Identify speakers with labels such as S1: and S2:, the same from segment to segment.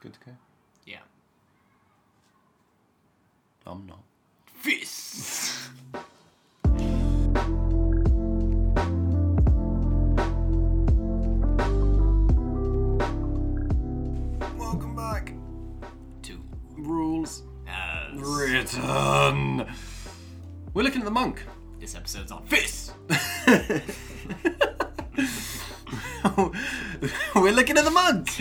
S1: Good to go.
S2: Yeah.
S1: I'm not.
S2: Fist.
S1: Welcome back.
S2: Two.
S1: Rules
S2: Uh,
S1: written. We're looking at the monk.
S2: this episode's on fist.
S1: We're looking at the monk.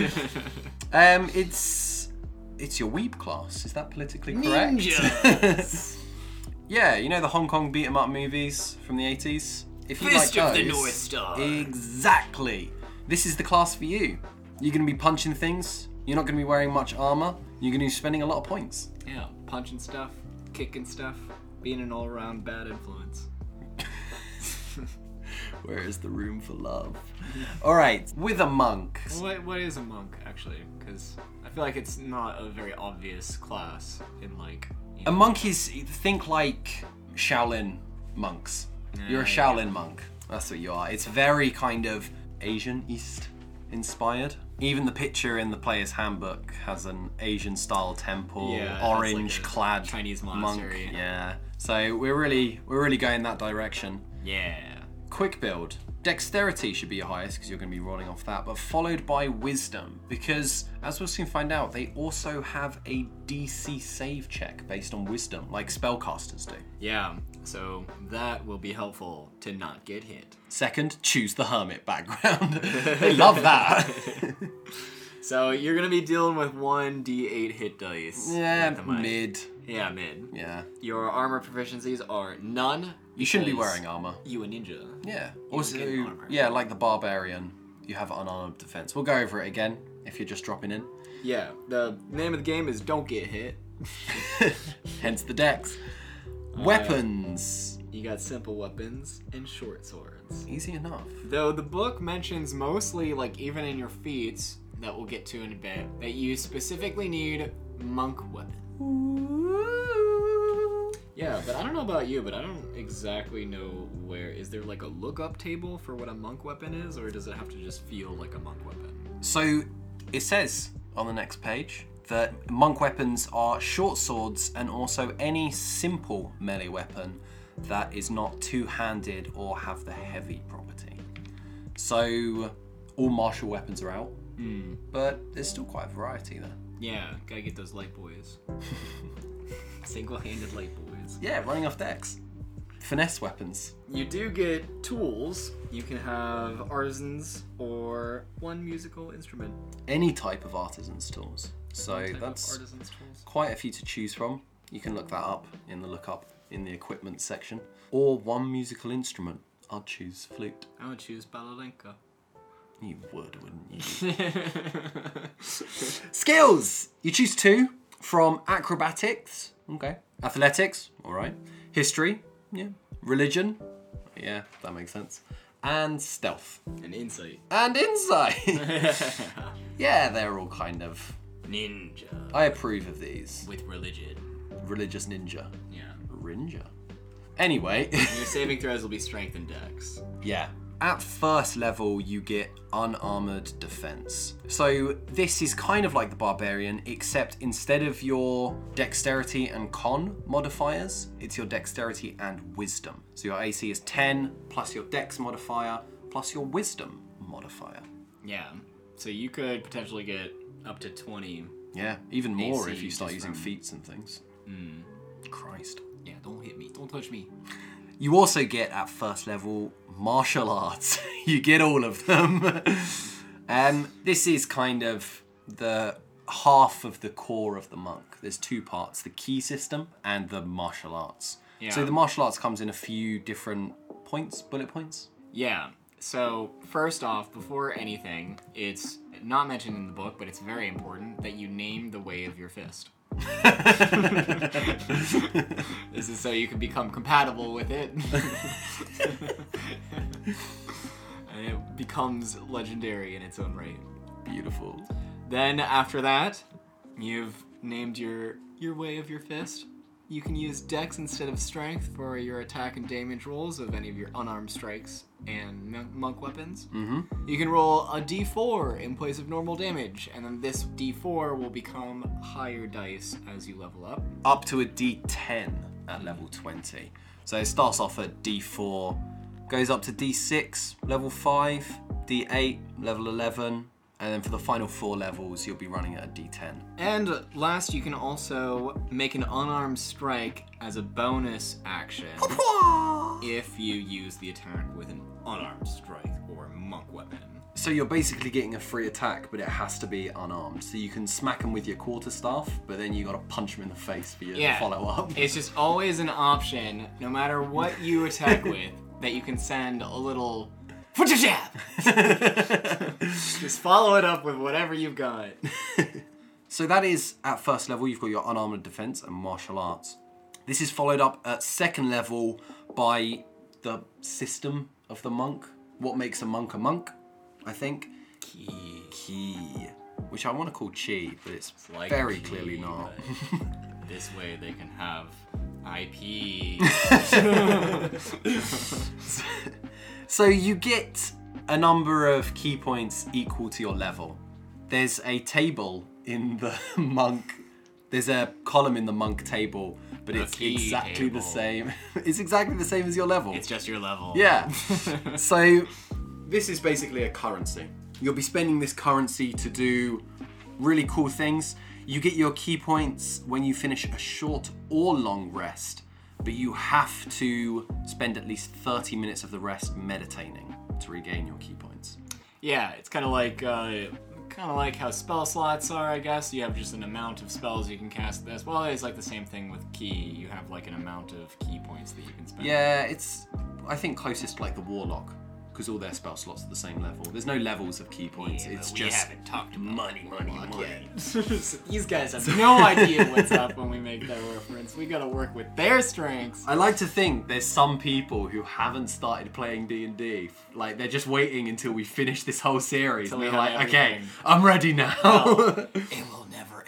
S1: um, it's it's your weep class. Is that politically correct?
S2: Ninjas.
S1: Yeah, you know the Hong Kong beat 'em up movies from the 80s? If you
S2: Fist
S1: like
S2: of the
S1: those-
S2: North Star.
S1: Exactly. This is the class for you. You're going to be punching things. You're not going to be wearing much armor. You're going to be spending a lot of points.
S2: yeah, punching stuff, kicking stuff, being an all-around bad influence.
S1: Where is the room for love? All right, with a monk.
S2: What, what is a monk actually? Because I feel like it's not a very obvious class in like. You
S1: A
S2: know,
S1: monk is think like Shaolin monks. You're a Shaolin monk. That's what you are. It's very kind of Asian East inspired. Even the picture in the player's handbook has an Asian style temple,
S2: Yeah, that's like
S1: orange
S2: a
S1: clad
S2: Chinese
S1: monk.
S2: monastery.
S1: Yeah. So we're really we're really going that direction.
S2: yeah.
S1: Quick build. Dexterity should be your highest because you're going to be rolling off that, but followed by wisdom because, as we'll soon find out, they also have a DC save check based on wisdom, like spellcasters do.
S2: Yeah. So that will be helpful to not get hit.
S1: Second, choose the hermit background. they love that.
S2: So you're gonna be dealing with one d8 hit dice.
S1: yeah,
S2: worth of money.
S1: mid.
S2: Yeah, mid.
S1: Yeah.
S2: Your armor proficiencies are none.
S1: You shouldn't be
S2: because
S1: wearing armor.
S2: You a ninja.
S1: Yeah.
S2: was
S1: Also,
S2: getting armor.
S1: yeah, like the barbarian, you have unarmed defense. We'll go over it again if you're just dropping in.
S2: Yeah. The name of the game is don't get hit.
S1: Hence the dex.
S2: Uh,
S1: Weapons.
S2: You got simple weapons and short swords.
S1: Easy enough.
S2: Though the book mentions mostly, like, even in your feats, that we'll get to in a bit, that you specifically need monk weapon. Yeah, but I don't know about you, but I don't exactly know where. Is there, like, a lookup table for what a monk weapon is, or does it have to just feel like a monk weapon?
S1: So it says on the next page that monk weapons are short swords and also any simple melee weapon that is not two handed or have the heavy property. So all martial weapons are out,
S2: Hmm.
S1: but there's still quite a variety there.
S2: Yeah, gotta get those light boys. Single handed light boys.
S1: Yeah, running off decks. Finesse weapons.
S2: You do get tools. You can have artisans or one musical instrument.
S1: Any type of artisan's tools. So
S2: Type of
S1: that's
S2: artisans tools.
S1: quite a few to choose from. You can look that up in the look up in the equipment section. Or one musical instrument. I'd choose flute.
S2: I would choose Balalenka.
S1: You would, wouldn't you? Skills! You choose two from acrobatics. Okay. Athletics. All right. History. Yeah. Religion. Yeah, that makes sense. And stealth.
S2: An insight.
S1: And insight. yeah, they're all kind of.
S2: Ninja.
S1: I approve of these.
S2: With religion.
S1: Religious ninja.
S2: Yeah.
S1: Ninja. Anyway.
S2: Your saving throws will be strength and dex.
S1: Yeah. At first level, you get unarmored defense. So this is kind of like the barbarian, except instead of your dexterity and con modifiers, it's your dexterity and wisdom. So your AC is 10 plus your dex modifier plus your wisdom modifier.
S2: Yeah. So you could potentially get up to 20.
S1: Yeah, even more
S2: AC
S1: if you start
S2: just
S1: using
S2: from-
S1: feats and things. Christ.
S2: Yeah, don't hit me. Don't touch me.
S1: You also get at first level martial arts. you get all of them. um, this is kind of the half of the core of the monk. There's two parts the key system and the martial arts.
S2: Yeah.
S1: So the martial arts comes in a few different points, bullet points.
S2: Yeah. So, first off, before anything, it's not mentioned in the book, but it's very important that you name the way of your fist. this is so you can become compatible with it. and it becomes legendary in its own right.
S1: Beautiful.
S2: Then after that, you've named your your way of your fist. You can use dex instead of strength for your attack and damage rolls of any of your unarmed strikes and mon- monk weapons. Mm-hmm. You can roll a d4 in place of normal damage, and then this d4 will become higher dice as you level up.
S1: up to a D10 at level 20. So it starts off at D4, goes up to D6, level 5, D8, level 11, and then for the final four levels, you'll be running at a D10.
S2: And last, you can also make an unarmed strike as a bonus action if you use the attack with an unarmed strike or monk weapon.
S1: So you're basically getting a free attack, but it has to be unarmed. So you can smack them with your quarterstaff, but then you gotta punch them in the face for your
S2: Yeah.
S1: follow up.
S2: It's just always an option, no matter what you attack with, that you can send a little foot jab. Just follow it up with whatever you've got.
S1: So that is at first level, you've got your unarmored defense and martial arts. This is followed up at second level by the system of the monk. What makes a monk a monk, I think. Ki. Which I want to call chi, but it's,
S2: like
S1: very
S2: ki,
S1: clearly not.
S2: This way, they can have IP.
S1: So you get a number of key points equal to your level. There's a table in the monk. There's a column in the monk table, but it's
S2: key
S1: exactly
S2: table.
S1: the same. it's exactly the same as your level.
S2: it's just your level.
S1: Yeah. so this is basically a currency. You'll be spending this currency to do really cool things. You get your key points when you finish a short or long rest, but you have to spend at least 30 minutes of the rest meditating to regain your key points.
S2: Yeah, it's kind of like uh, kind of like how spell slots are, I guess. You have just an amount of spells you can cast. This well, it's like the same thing with key. You have like an amount of key points that you can spend.
S1: Yeah, it's I think closest to like the warlock because all their spell slots are the same level. There's no levels of key points. it's just
S2: talked
S1: money, money, money.
S2: These guys have no idea what's up when we make that reference. We gotta work with their strengths.
S1: I like to think there's some people who haven't started playing D and D. Like they're just waiting until we finish this whole series.
S2: Till
S1: and
S2: we
S1: they're
S2: have
S1: like, okay,
S2: everything."
S1: I'm ready now.
S2: It will never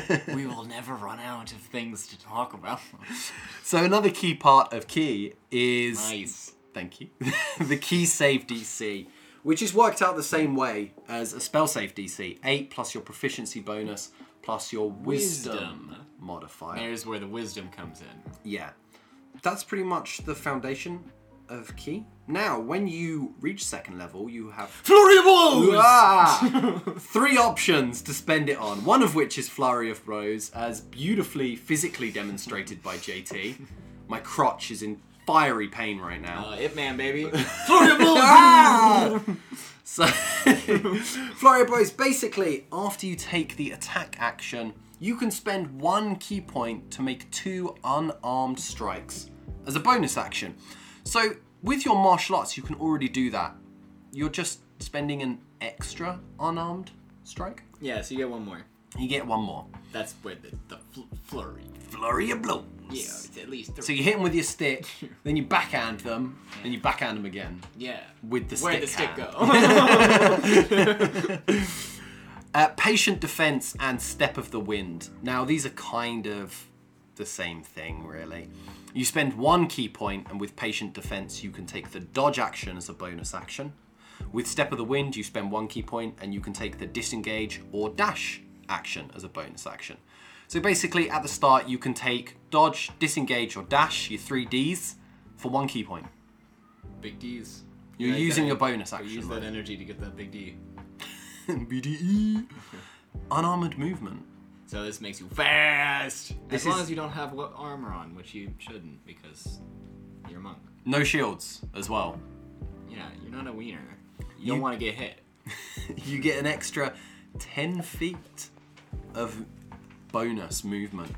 S2: end. we will never run out of things to talk about.
S1: so another key part of key is
S2: Nice.
S1: thank you, the key save DC, which is worked out the same way as a spell save DC, eight plus your proficiency bonus plus your wisdom,
S2: Wisdom.
S1: modifier.
S2: There's where the wisdom comes in.
S1: Yeah. That's pretty much the foundation of key. Now, when you reach second level, you have
S2: Flurry of blows!
S1: Ah! Three options to spend it on, one of which is Flurry of Blows, as beautifully physically demonstrated by JT. My crotch is in fiery pain right now.
S2: Uh, Ip Man, baby.
S1: Ah! so, Flurry of Blows basically, after you take the attack action, you can spend one key point to make two unarmed strikes as a bonus action. So, with your martial arts, you can already do that you're just spending an extra unarmed strike.
S2: yeah, so you get one more.
S1: You get one more.
S2: That's where the, the fl- flurry.
S1: Flurry of blows.
S2: Yeah, it's at least three.
S1: So you hit them with your stick, then you backhand them, then you backhand them again
S2: yeah.
S1: with the
S2: Where'd the
S1: stick.
S2: stick
S1: hand.
S2: go?
S1: Uh, patient defense and step of the wind. Now these are kind of the same thing, really. You spend one key point, and with patient defense, you can take the dodge action as a bonus action. With step of the wind, you spend one key point, and you can take the disengage or dash action as a bonus action. So basically, at the start, you can take dodge, disengage, or dash your three Ds for one key point.
S2: big D's.
S1: You're
S2: Like
S1: using
S2: that.
S1: a bonus
S2: You
S1: action.
S2: use
S1: right?
S2: that energy to get that big D.
S1: BDE. E. Unarmored movement.
S2: So this makes you fast.
S1: This
S2: as long
S1: is-
S2: as you don't have what armor on, which you shouldn't because you're a monk.
S1: No shields as well.
S2: Yeah, you're not a wiener. You, don't want to get hit.
S1: you get an extra 10 feet of bonus movement.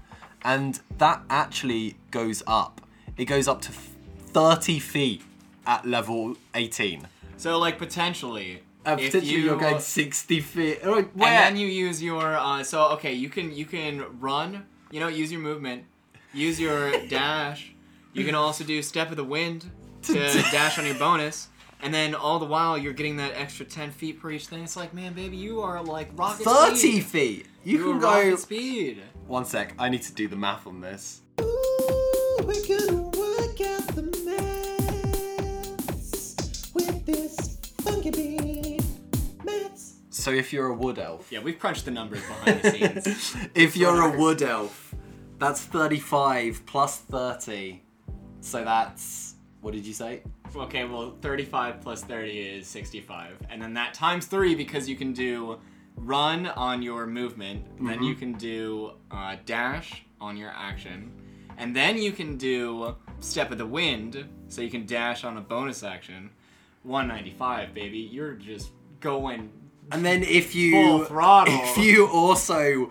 S1: And that actually goes up. It goes up to f- 30 feet at level 18.
S2: So like potentially,
S1: And
S2: if
S1: potentially
S2: you,
S1: you, are going 60 feet. Oh, wait, where?
S2: and then you use your uh, so okay, you can you can run. You know, use your movement. Use your dash. You can also do step of the wind to dash on your bonus. And then all the while you're getting that extra ten feet for each thing. It's like, man, baby, you are like rocket
S1: 30
S2: speed.
S1: feet! You
S2: You
S1: can
S2: are
S1: go.
S2: rocket speed.
S1: One sec, I need to do the math on this.
S3: We're gonna work out the maths with this funky beat. Maths.
S1: So if you're a wood elf,
S2: Yeah, we've crunched the numbers behind the scenes.
S1: if you're a wood elf, that's 35 plus 30. So that's what did you say?
S2: okay, well, 35 plus 30 is 65. And then that times three because you can do run on your movement,
S1: Mm-hmm.
S2: then you can do uh, dash on your action, and then you can do step of the wind, so you can dash on a bonus action. 195, baby. You're just going.
S1: And then if you
S2: Full throttle.
S1: if you also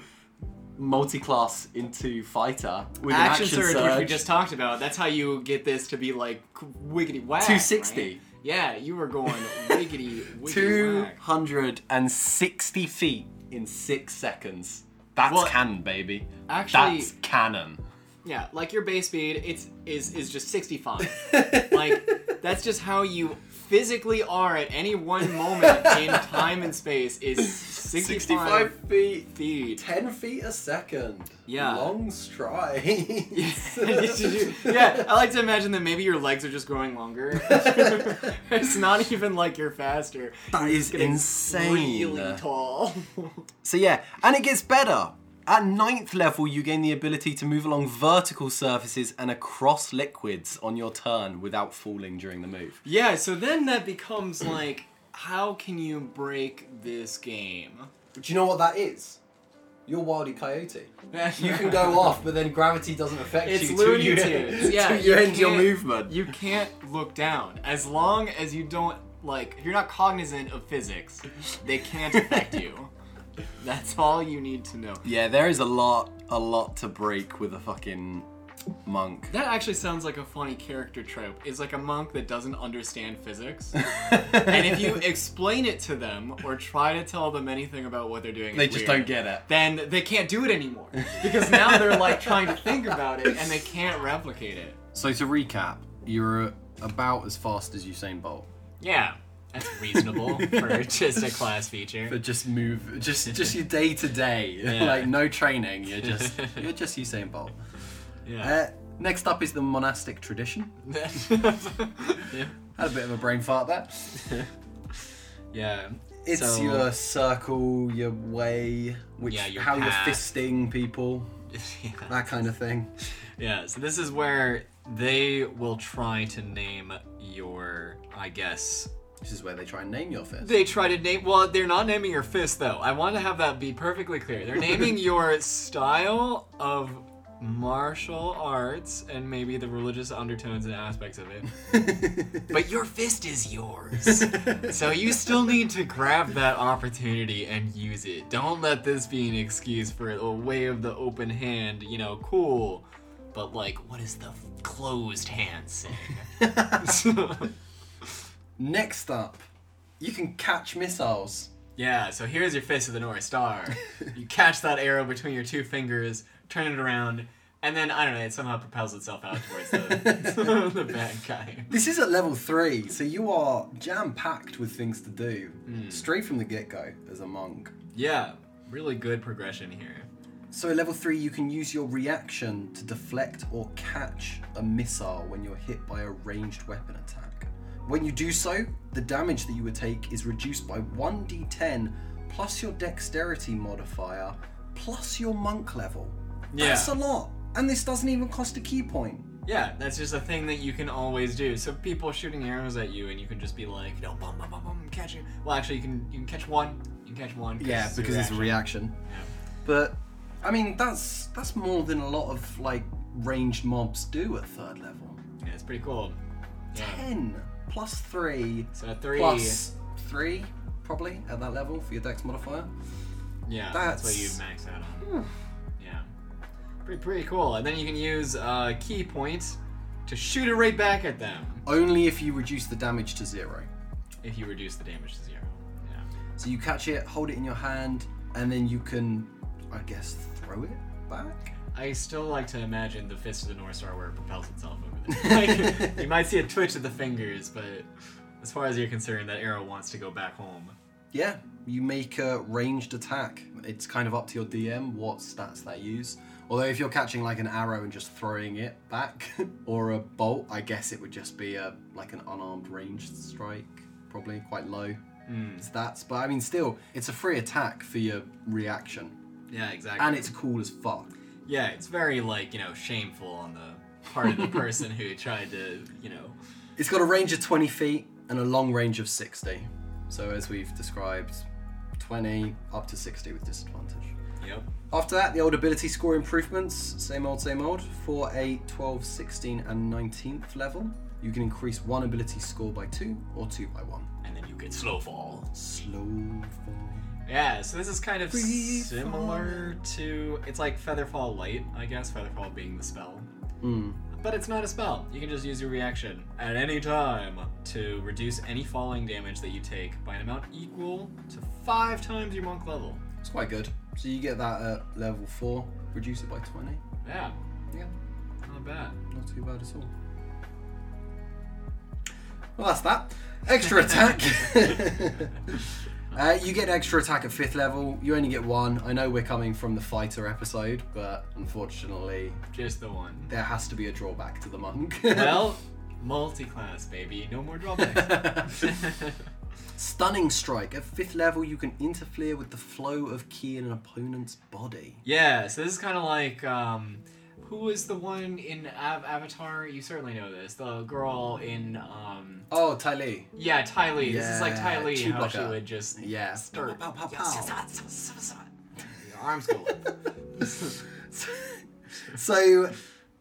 S1: multi-class into fighter with
S2: Action,
S1: an action
S2: surge,
S1: surge,
S2: which we just talked about. That's how you get this to be like wiggity whack.
S1: 260.
S2: right? Yeah, you were going wiggity wiggity whack.
S1: 260 feet in 6 seconds. That's
S2: Well,
S1: cannon, baby.
S2: actually-
S1: That's cannon.
S2: Yeah, like your base speed, it's is is just 65. like that's just how you physically are at any one moment in time and space is 65,
S1: feet.
S2: feet.
S1: 10 feet a second.
S2: Yeah.
S1: Long strides.
S2: yeah, I like to imagine that maybe your legs are just growing longer. it's not even like you're faster.
S1: That is
S2: Getting
S1: insane.
S2: Really tall.
S1: So yeah, and it gets better. At ninth level, you gain the ability to move along vertical surfaces and across liquids on your turn without falling during the move.
S2: yeah, so then that becomes like how can you break this game?
S1: Do you know what that is? You're Wildy Coyote. You can go off, but then gravity doesn't affect
S2: It's
S1: you. till
S2: Looney
S1: you,
S2: Tunes. Yeah,
S1: till you
S2: you
S1: end your
S2: can't-
S1: movement.
S2: You can't look down. As long as you don't like if you're not cognizant of physics, they can't affect you. That's all you need to know.
S1: yeah, there is a lot, a lot to break with a fucking monk.
S2: That actually sounds like a funny character trope. It's like a monk that doesn't understand physics. and if you explain it to them or try to tell them anything about what they're doing,
S1: they
S2: it's
S1: just
S2: weird,
S1: don't get it.
S2: Then they can't do it anymore. Because now they're like trying to think about it and they can't replicate it.
S1: So to recap, you're about as fast as Usain Bolt,
S2: Yeah. That's reasonable for just a class feature.
S1: but just move, just just your day to day, like no training. You're just you're just Usain Bolt.
S2: Yeah.
S1: Uh, next up is the monastic tradition.
S2: yeah.
S1: Had a bit of a brain fart there.
S2: Yeah.
S1: It's
S2: So-
S1: your circle, your way, which
S2: Yeah, your
S1: how
S2: path.
S1: you're fisting people,
S2: yeah.
S1: that kind of thing.
S2: Yeah. So this is where they will try to name your, I guess.
S1: This is where they try and name your fist.
S2: They try to name. Well, they're not naming your fist though. I want to have that be perfectly clear. They're naming your style of martial arts and maybe the religious undertones and aspects of it. But your fist is yours. so you still need to grab that opportunity and use it. Don't let this be an excuse for a way of the open hand, you know, cool. But like, what is the closed hand saying?
S1: next up, you can catch missiles.
S2: yeah, so here's your fist of the North Star. You catch that arrow between your two fingers, turn it around, and then I don't know, it somehow propels itself out towards the, the bad guy.
S1: This is at level three, so you are jam packed with things to do
S2: Hmm.
S1: straight from the get go as a monk.
S2: Yeah, really good progression here.
S1: So at level three, you can use your reaction to deflect or catch a missile when you're hit by a ranged weapon attack. When you do so, the damage that you would take is reduced by 1d10 plus your dexterity modifier plus your monk level.
S2: Yeah.
S1: That's a lot. And this doesn't even cost a key point.
S2: Yeah, that's just a thing that you can always do. So people are shooting arrows at you, and you can just be like, no, bum bum bum bum, catch it. Well, actually, you can you can catch one. You can catch one.
S1: reaction. But I mean that's that's more than a lot of like ranged mobs do at third level.
S2: reaction. Yeah, it's pretty cool. Yeah.
S1: Ten plus three
S2: So a three.
S1: plus three, probably at that level for your dex modifier.
S2: yeah,
S1: that's-
S2: that's, what you max out on. Yeah, pretty pretty cool. And then you can use uh, key points to shoot it right back at them
S1: Only if you reduce the damage to zero.
S2: if you reduce the damage to zero. Yeah.
S1: So you catch it, hold it in your hand, and then you can, I guess, throw it back.
S2: I still like to imagine the fist of the North Star where it propels itself over there. Like, you might see a twitch of the fingers, but as far as you're concerned, that arrow wants to go back home.
S1: Yeah, you make a ranged attack. It's kind of up to your DM what stats they use. Although if you're catching like an arrow and just throwing it back or a bolt, I guess it would just be a like an unarmed ranged strike, probably quite low. Stats, but I mean, still, it's a free attack for your reaction,
S2: Yeah, exactly.
S1: and it's cool as fuck.
S2: yeah, it's very like you know shameful on the part of the person who tried to you know.
S1: It's got a range of 20 feet and a long range of 60. So as we've described, 20 up to 60 with disadvantage.
S2: Yep.
S1: After that, the old ability score improvements, same old, same old, for a 12, 16, and 19th level. You can increase one ability score by two or two by one.
S2: And then you get slow fall.
S1: Slow fall.
S2: Yeah, so this is kind of
S1: Free
S2: similar to it's like Featherfall Light, I guess. Featherfall being the spell.
S1: Mm.
S2: But it's not a spell. You can just use your reaction at any time to reduce any falling damage that you take by an amount equal to five times your monk level.
S1: It's quite good. So you get that at level four, reduce it by 20.
S2: Yeah.
S1: Yeah.
S2: Not bad.
S1: Not too bad at all. Well, that's that. Extra attack. uh, you get extra attack at fifth level. You only get one. I know we're coming from the fighter episode, but unfortunately,
S2: Just the one.
S1: there has to be a drawback to the monk.
S2: Well, multi-class, baby. No more drawbacks.
S1: Stunning strike. At fifth level, you can interfere with the flow of ki in an opponent's body.
S2: yeah, so this is kind of like um, who was the one in Av- Avatar? You certainly know this. The girl in um,
S1: Oh, Ty Lee.
S2: yeah, Ty Lee. This is like Ty
S1: Yeah,
S2: Lee,
S1: two
S2: how she
S1: blocker.
S2: would just
S1: Yeah.
S2: start.
S1: Pow, pow, pow,
S2: Yes,
S1: pow.
S2: yes, yes, yes, yes. Your arms go up.
S1: So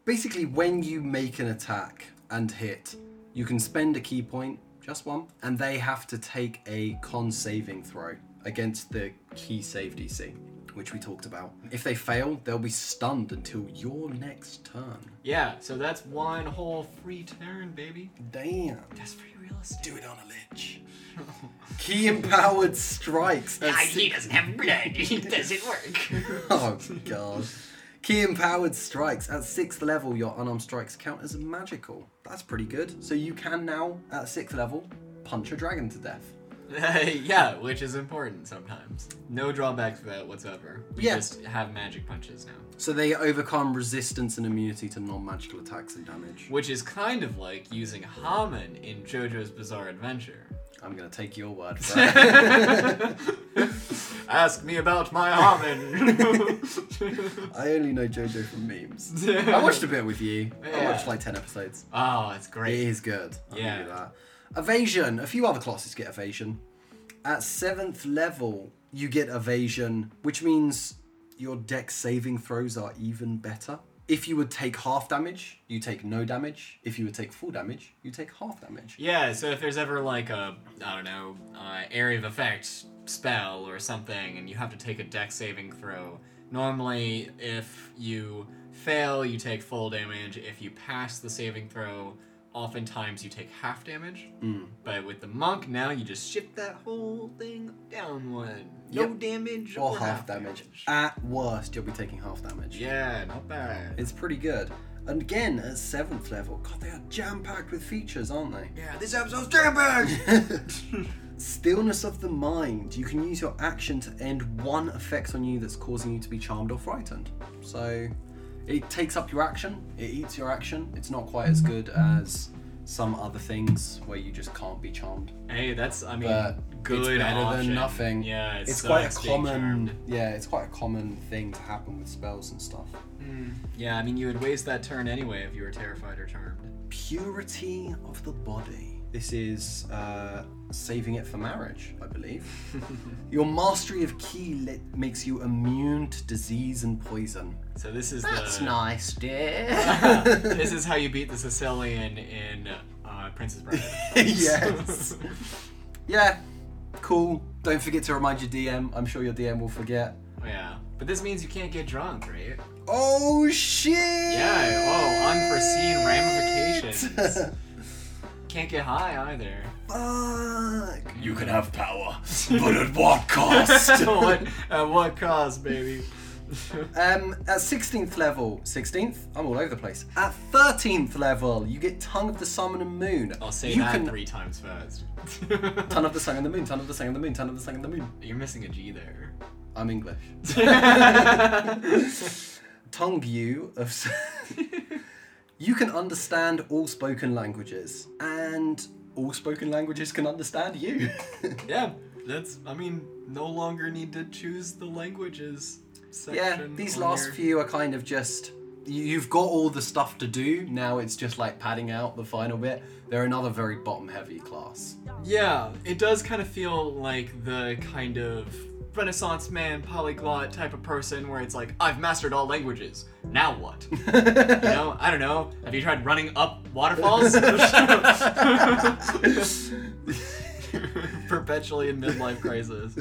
S1: basically, when you make an attack and hit, you can spend a key point, just one, and they have to take a con saving throw against the key save DC, which we talked about. If they fail, they'll be stunned until your next turn.
S2: Yeah, so that's one whole free turn, baby.
S1: Damn.
S2: That's free real estate.
S1: Do it on a lich. key empowered strikes. That's
S2: he doesn't have blood. It doesn't work.
S1: Oh god. Key empowered strikes. At sixth level, your unarmed strikes count as magical. That's pretty good. So you can now, at sixth level, punch a dragon to death.
S2: Uh, yeah, which is important sometimes. No drawbacks for that whatsoever. We
S1: Yeah.
S2: just have magic punches now.
S1: So they overcome resistance and immunity to non magical attacks and damage.
S2: Which is kind of like using Haman in JoJo's Bizarre Adventure.
S1: I'm gonna take your word for it.
S2: Ask me about my Haman!
S1: I only know JoJo from memes. I watched a bit with you. I
S2: Yeah.
S1: watched like 10 episodes.
S2: oh, it's
S1: It
S2: great.
S1: is good. I'll give
S2: Yeah.
S1: you that. Evasion. A few other classes get evasion. At seventh level, you get evasion, which means your deck saving throws are even better. If you would take half damage, you take no damage. If you would take full damage, you take half damage.
S2: Yeah, so if there's ever like a, I don't know, uh, area of effect spell or something, and you have to take a deck saving throw, normally if you fail, you take full damage. If you pass the saving throw, oftentimes you take half damage.
S1: Hmm.
S2: But with the monk, now you just shift that whole thing down one. No
S1: Yep.
S2: damage
S1: Or half damage. At worst, you'll be taking half damage.
S2: Yeah, not bad.
S1: It's pretty good. And again, at seventh level, God, they are jam packed with features, aren't they?
S2: Yeah, this episode's jam packed.
S1: Stillness of the mind. You can use your action to end one effect on you that's causing you to be charmed or frightened. So it takes up your action, it eats your action. It's not quite as good as some other things where you just can't be charmed.
S2: Hey, that's I mean,
S1: But
S2: good
S1: it's better
S2: option.
S1: than nothing.
S2: Yeah, it
S1: it's
S2: sucks
S1: quite a
S2: being charmed.
S1: common yeah, it's quite a common thing to happen with spells and stuff.
S2: Yeah, I mean, you would waste that turn anyway if you were terrified or charmed.
S1: Purity of the body. This is uh, saving it for marriage, I believe. Your mastery of key lit makes you immune to disease and poison.
S2: So this is the
S1: nice, dear.
S2: this is how you beat the Sicilian in uh, Princess Bride. Oh,
S1: yes. Yeah. Cool. Don't forget to remind your DM. I'm sure your DM will forget.
S2: yeah, but this means you can't get drunk, right?
S1: Oh shit!
S2: Yeah. Oh, unforeseen ramifications. can't get high either.
S1: Fuck. You can have power, but at what cost?
S2: what at what cost, baby?
S1: Um, at 16th level, 16th, I'm all over the place. At 13th level, you get Tongue of the Sun and Moon.
S2: I'll say
S1: you
S2: that
S1: can-
S2: three times fast.
S1: Tongue of the Sun and the Moon, Tongue of the Sun and the Moon, Tongue of the Sun and the Moon.
S2: You're missing a G there.
S1: I'm English. tongue you of. s- you can understand all spoken languages, and all spoken languages can understand you.
S2: Yeah, that's. I mean, no longer need to choose the languages section.
S1: yeah, these
S2: on
S1: last
S2: your-
S1: few are kind of just. you- You've got all the stuff to do, now it's just like padding out the final bit. They're another very bottom heavy class.
S2: Yeah, it does kind of feel like the kind of Renaissance man, polyglot type of person where it's like, I've mastered all languages. Now what? you know, I don't know. Have you tried running up waterfalls? Perpetually in midlife crisis.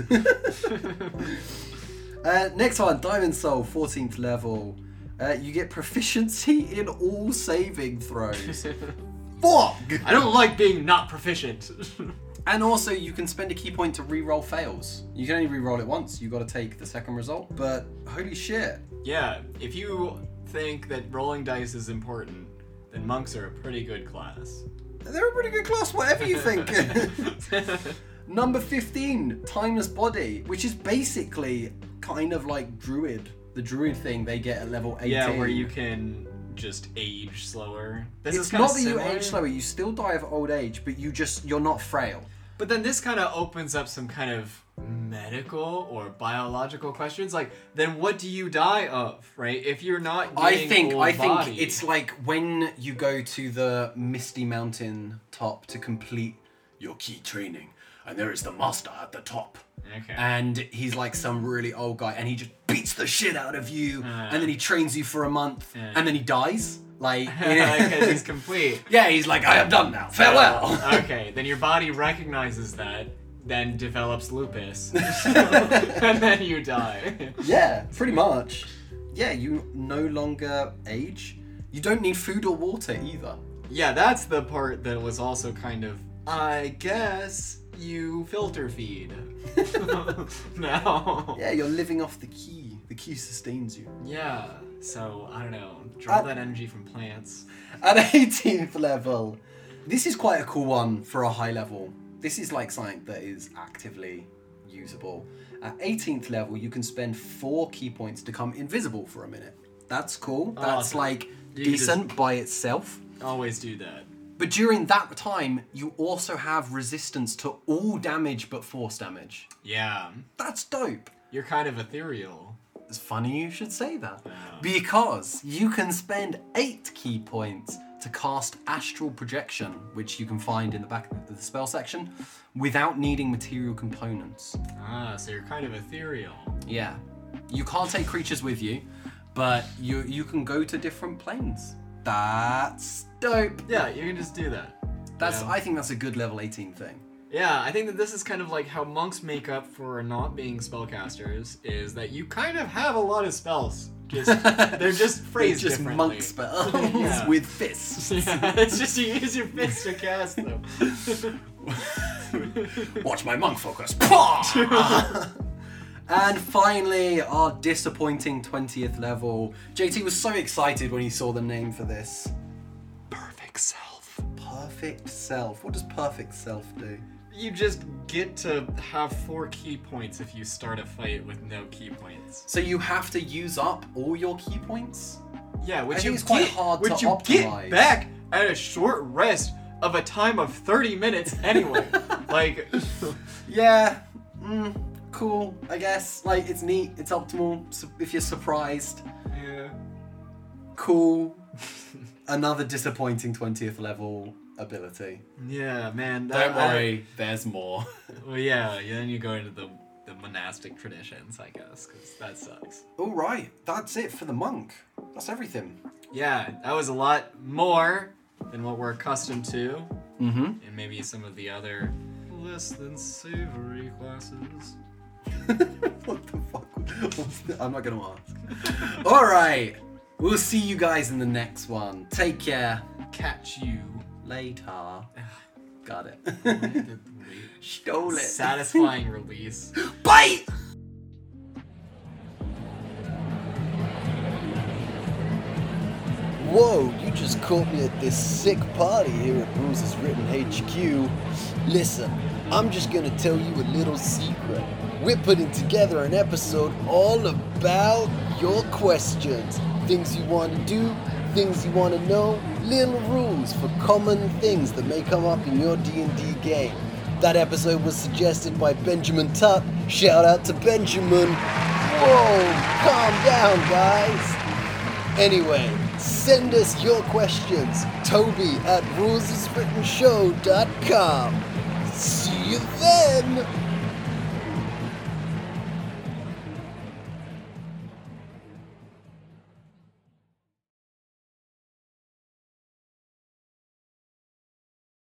S1: Uh, next one, Diamond Soul, 14th level. Uh, you get proficiency in all saving throws. Fuck!
S2: I don't like being not proficient.
S1: And also, you can spend a key point to reroll fails. You can only reroll it once. You got to take the second result. But holy shit!
S2: yeah, if you think that rolling dice is important, then monks are a pretty good class.
S1: They're a pretty good class, whatever you think. Number 15, Timeless Body, which is basically kind of like Druid. The Druid thing they get at level 18.
S2: Yeah, where you can just age slower. This
S1: It's
S2: kinda
S1: not that you
S2: similar,
S1: age slower, you still die of old age, but you just, you're not frail.
S2: But then this kind of opens up some kind of medical or biological questions. Like, then what do you die of, right? If you're not
S1: I
S2: getting
S1: think
S2: old
S1: I think
S2: body-
S1: it's like when you go to the Misty Mountain top to complete your key training, and there is the master at the top,
S2: Okay.
S1: and he's like some really old guy, and he just beats the shit out of you, and then he trains you for a month, and then he dies. Like,
S2: Because he's complete.
S1: yeah, he's like, I am done now. Farewell.
S2: okay, then your body recognizes that, then develops lupus, and then you die.
S1: yeah, pretty much. Yeah, you no longer age. You don't need food or water either.
S2: Yeah, that's the part that was also kind of, I guess you filter feed. no.
S1: Yeah, you're living off the key. The key sustains you.
S2: Yeah. So I don't know. Draw
S1: Uh,
S2: that energy from plants.
S1: At 18th level, this is quite a cool one for a high level. This is like something that is actively usable. At 18th level, you can spend four key points to come invisible for a minute. That's cool. That's
S2: Awesome.
S1: like
S2: You can
S1: decent by itself.
S2: Always do that.
S1: But during that time, you also have resistance to all damage but force damage.
S2: Yeah.
S1: That's dope.
S2: You're kind of ethereal.
S1: It's funny you should say that. Because you can spend eight key points to cast Astral Projection, which you can find in the back of the spell section, without needing material components.
S2: Ah, so you're kind of ethereal.
S1: Yeah. You can't take creatures with you, but you you can go to different planes. That's dope.
S2: Yeah, you can just do that.
S1: That's
S2: Yeah.
S1: I think that's a good level 18 thing.
S2: Yeah, I think that this is kind of like how monks make up for not being spellcasters is that you kind of have a lot of spells. Just they're just phrased
S1: just
S2: differently.
S1: monk spells
S2: Yeah.
S1: with fists.
S2: Yeah, it's just you use your fists to cast them.
S1: Watch my monk focus. and finally, our disappointing 20th level. JT was so excited when he saw the name for this.
S2: Perfect self.
S1: Perfect self. What does perfect self do?
S2: You just get to have four key points if you start a fight with no key points.
S1: So you have to use up all your key points?
S2: Yeah, which
S1: I think
S2: you
S1: it's quite
S2: get,
S1: hard
S2: which
S1: to
S2: you
S1: optimize.
S2: get back at a short rest of a time of 30 minutes anyway. like,
S1: Yeah. Mm, cool, I guess. Like, it's neat, it's optimal. Su- If you're surprised,
S2: yeah.
S1: cool. Another disappointing 20th level ability.
S2: yeah, man. that-
S1: Don't worry, there's more.
S2: I- well, yeah, yeah, then you go into the, the monastic traditions, I guess, because that sucks.
S1: All right, that's it for the monk. That's everything.
S2: Yeah, that was a lot more than what we're accustomed to,
S1: Mm-hmm.
S2: and maybe some of the other less than savory classes.
S1: what the fuck? was that? I'm not gonna ask. All right, we'll see you guys in the next one. Take care.
S2: Catch you.
S1: Later. Got it. Stole it.
S2: Satisfying release.
S1: Bite.
S4: Whoa, you just caught me at this sick party here at Bruises Written HQ. Listen, I'm just gonna tell you a little secret. We're putting together an episode all about your questions.
S1: Things you want to do, things you want to know, little rules for common things that may come up in your D&D game. That episode was suggested by Benjamin Tutt. Shout out to Benjamin. Whoa, calm down, guys. Anyway, send us your questions. Toby at rulesiswrittenshow.com. See you then!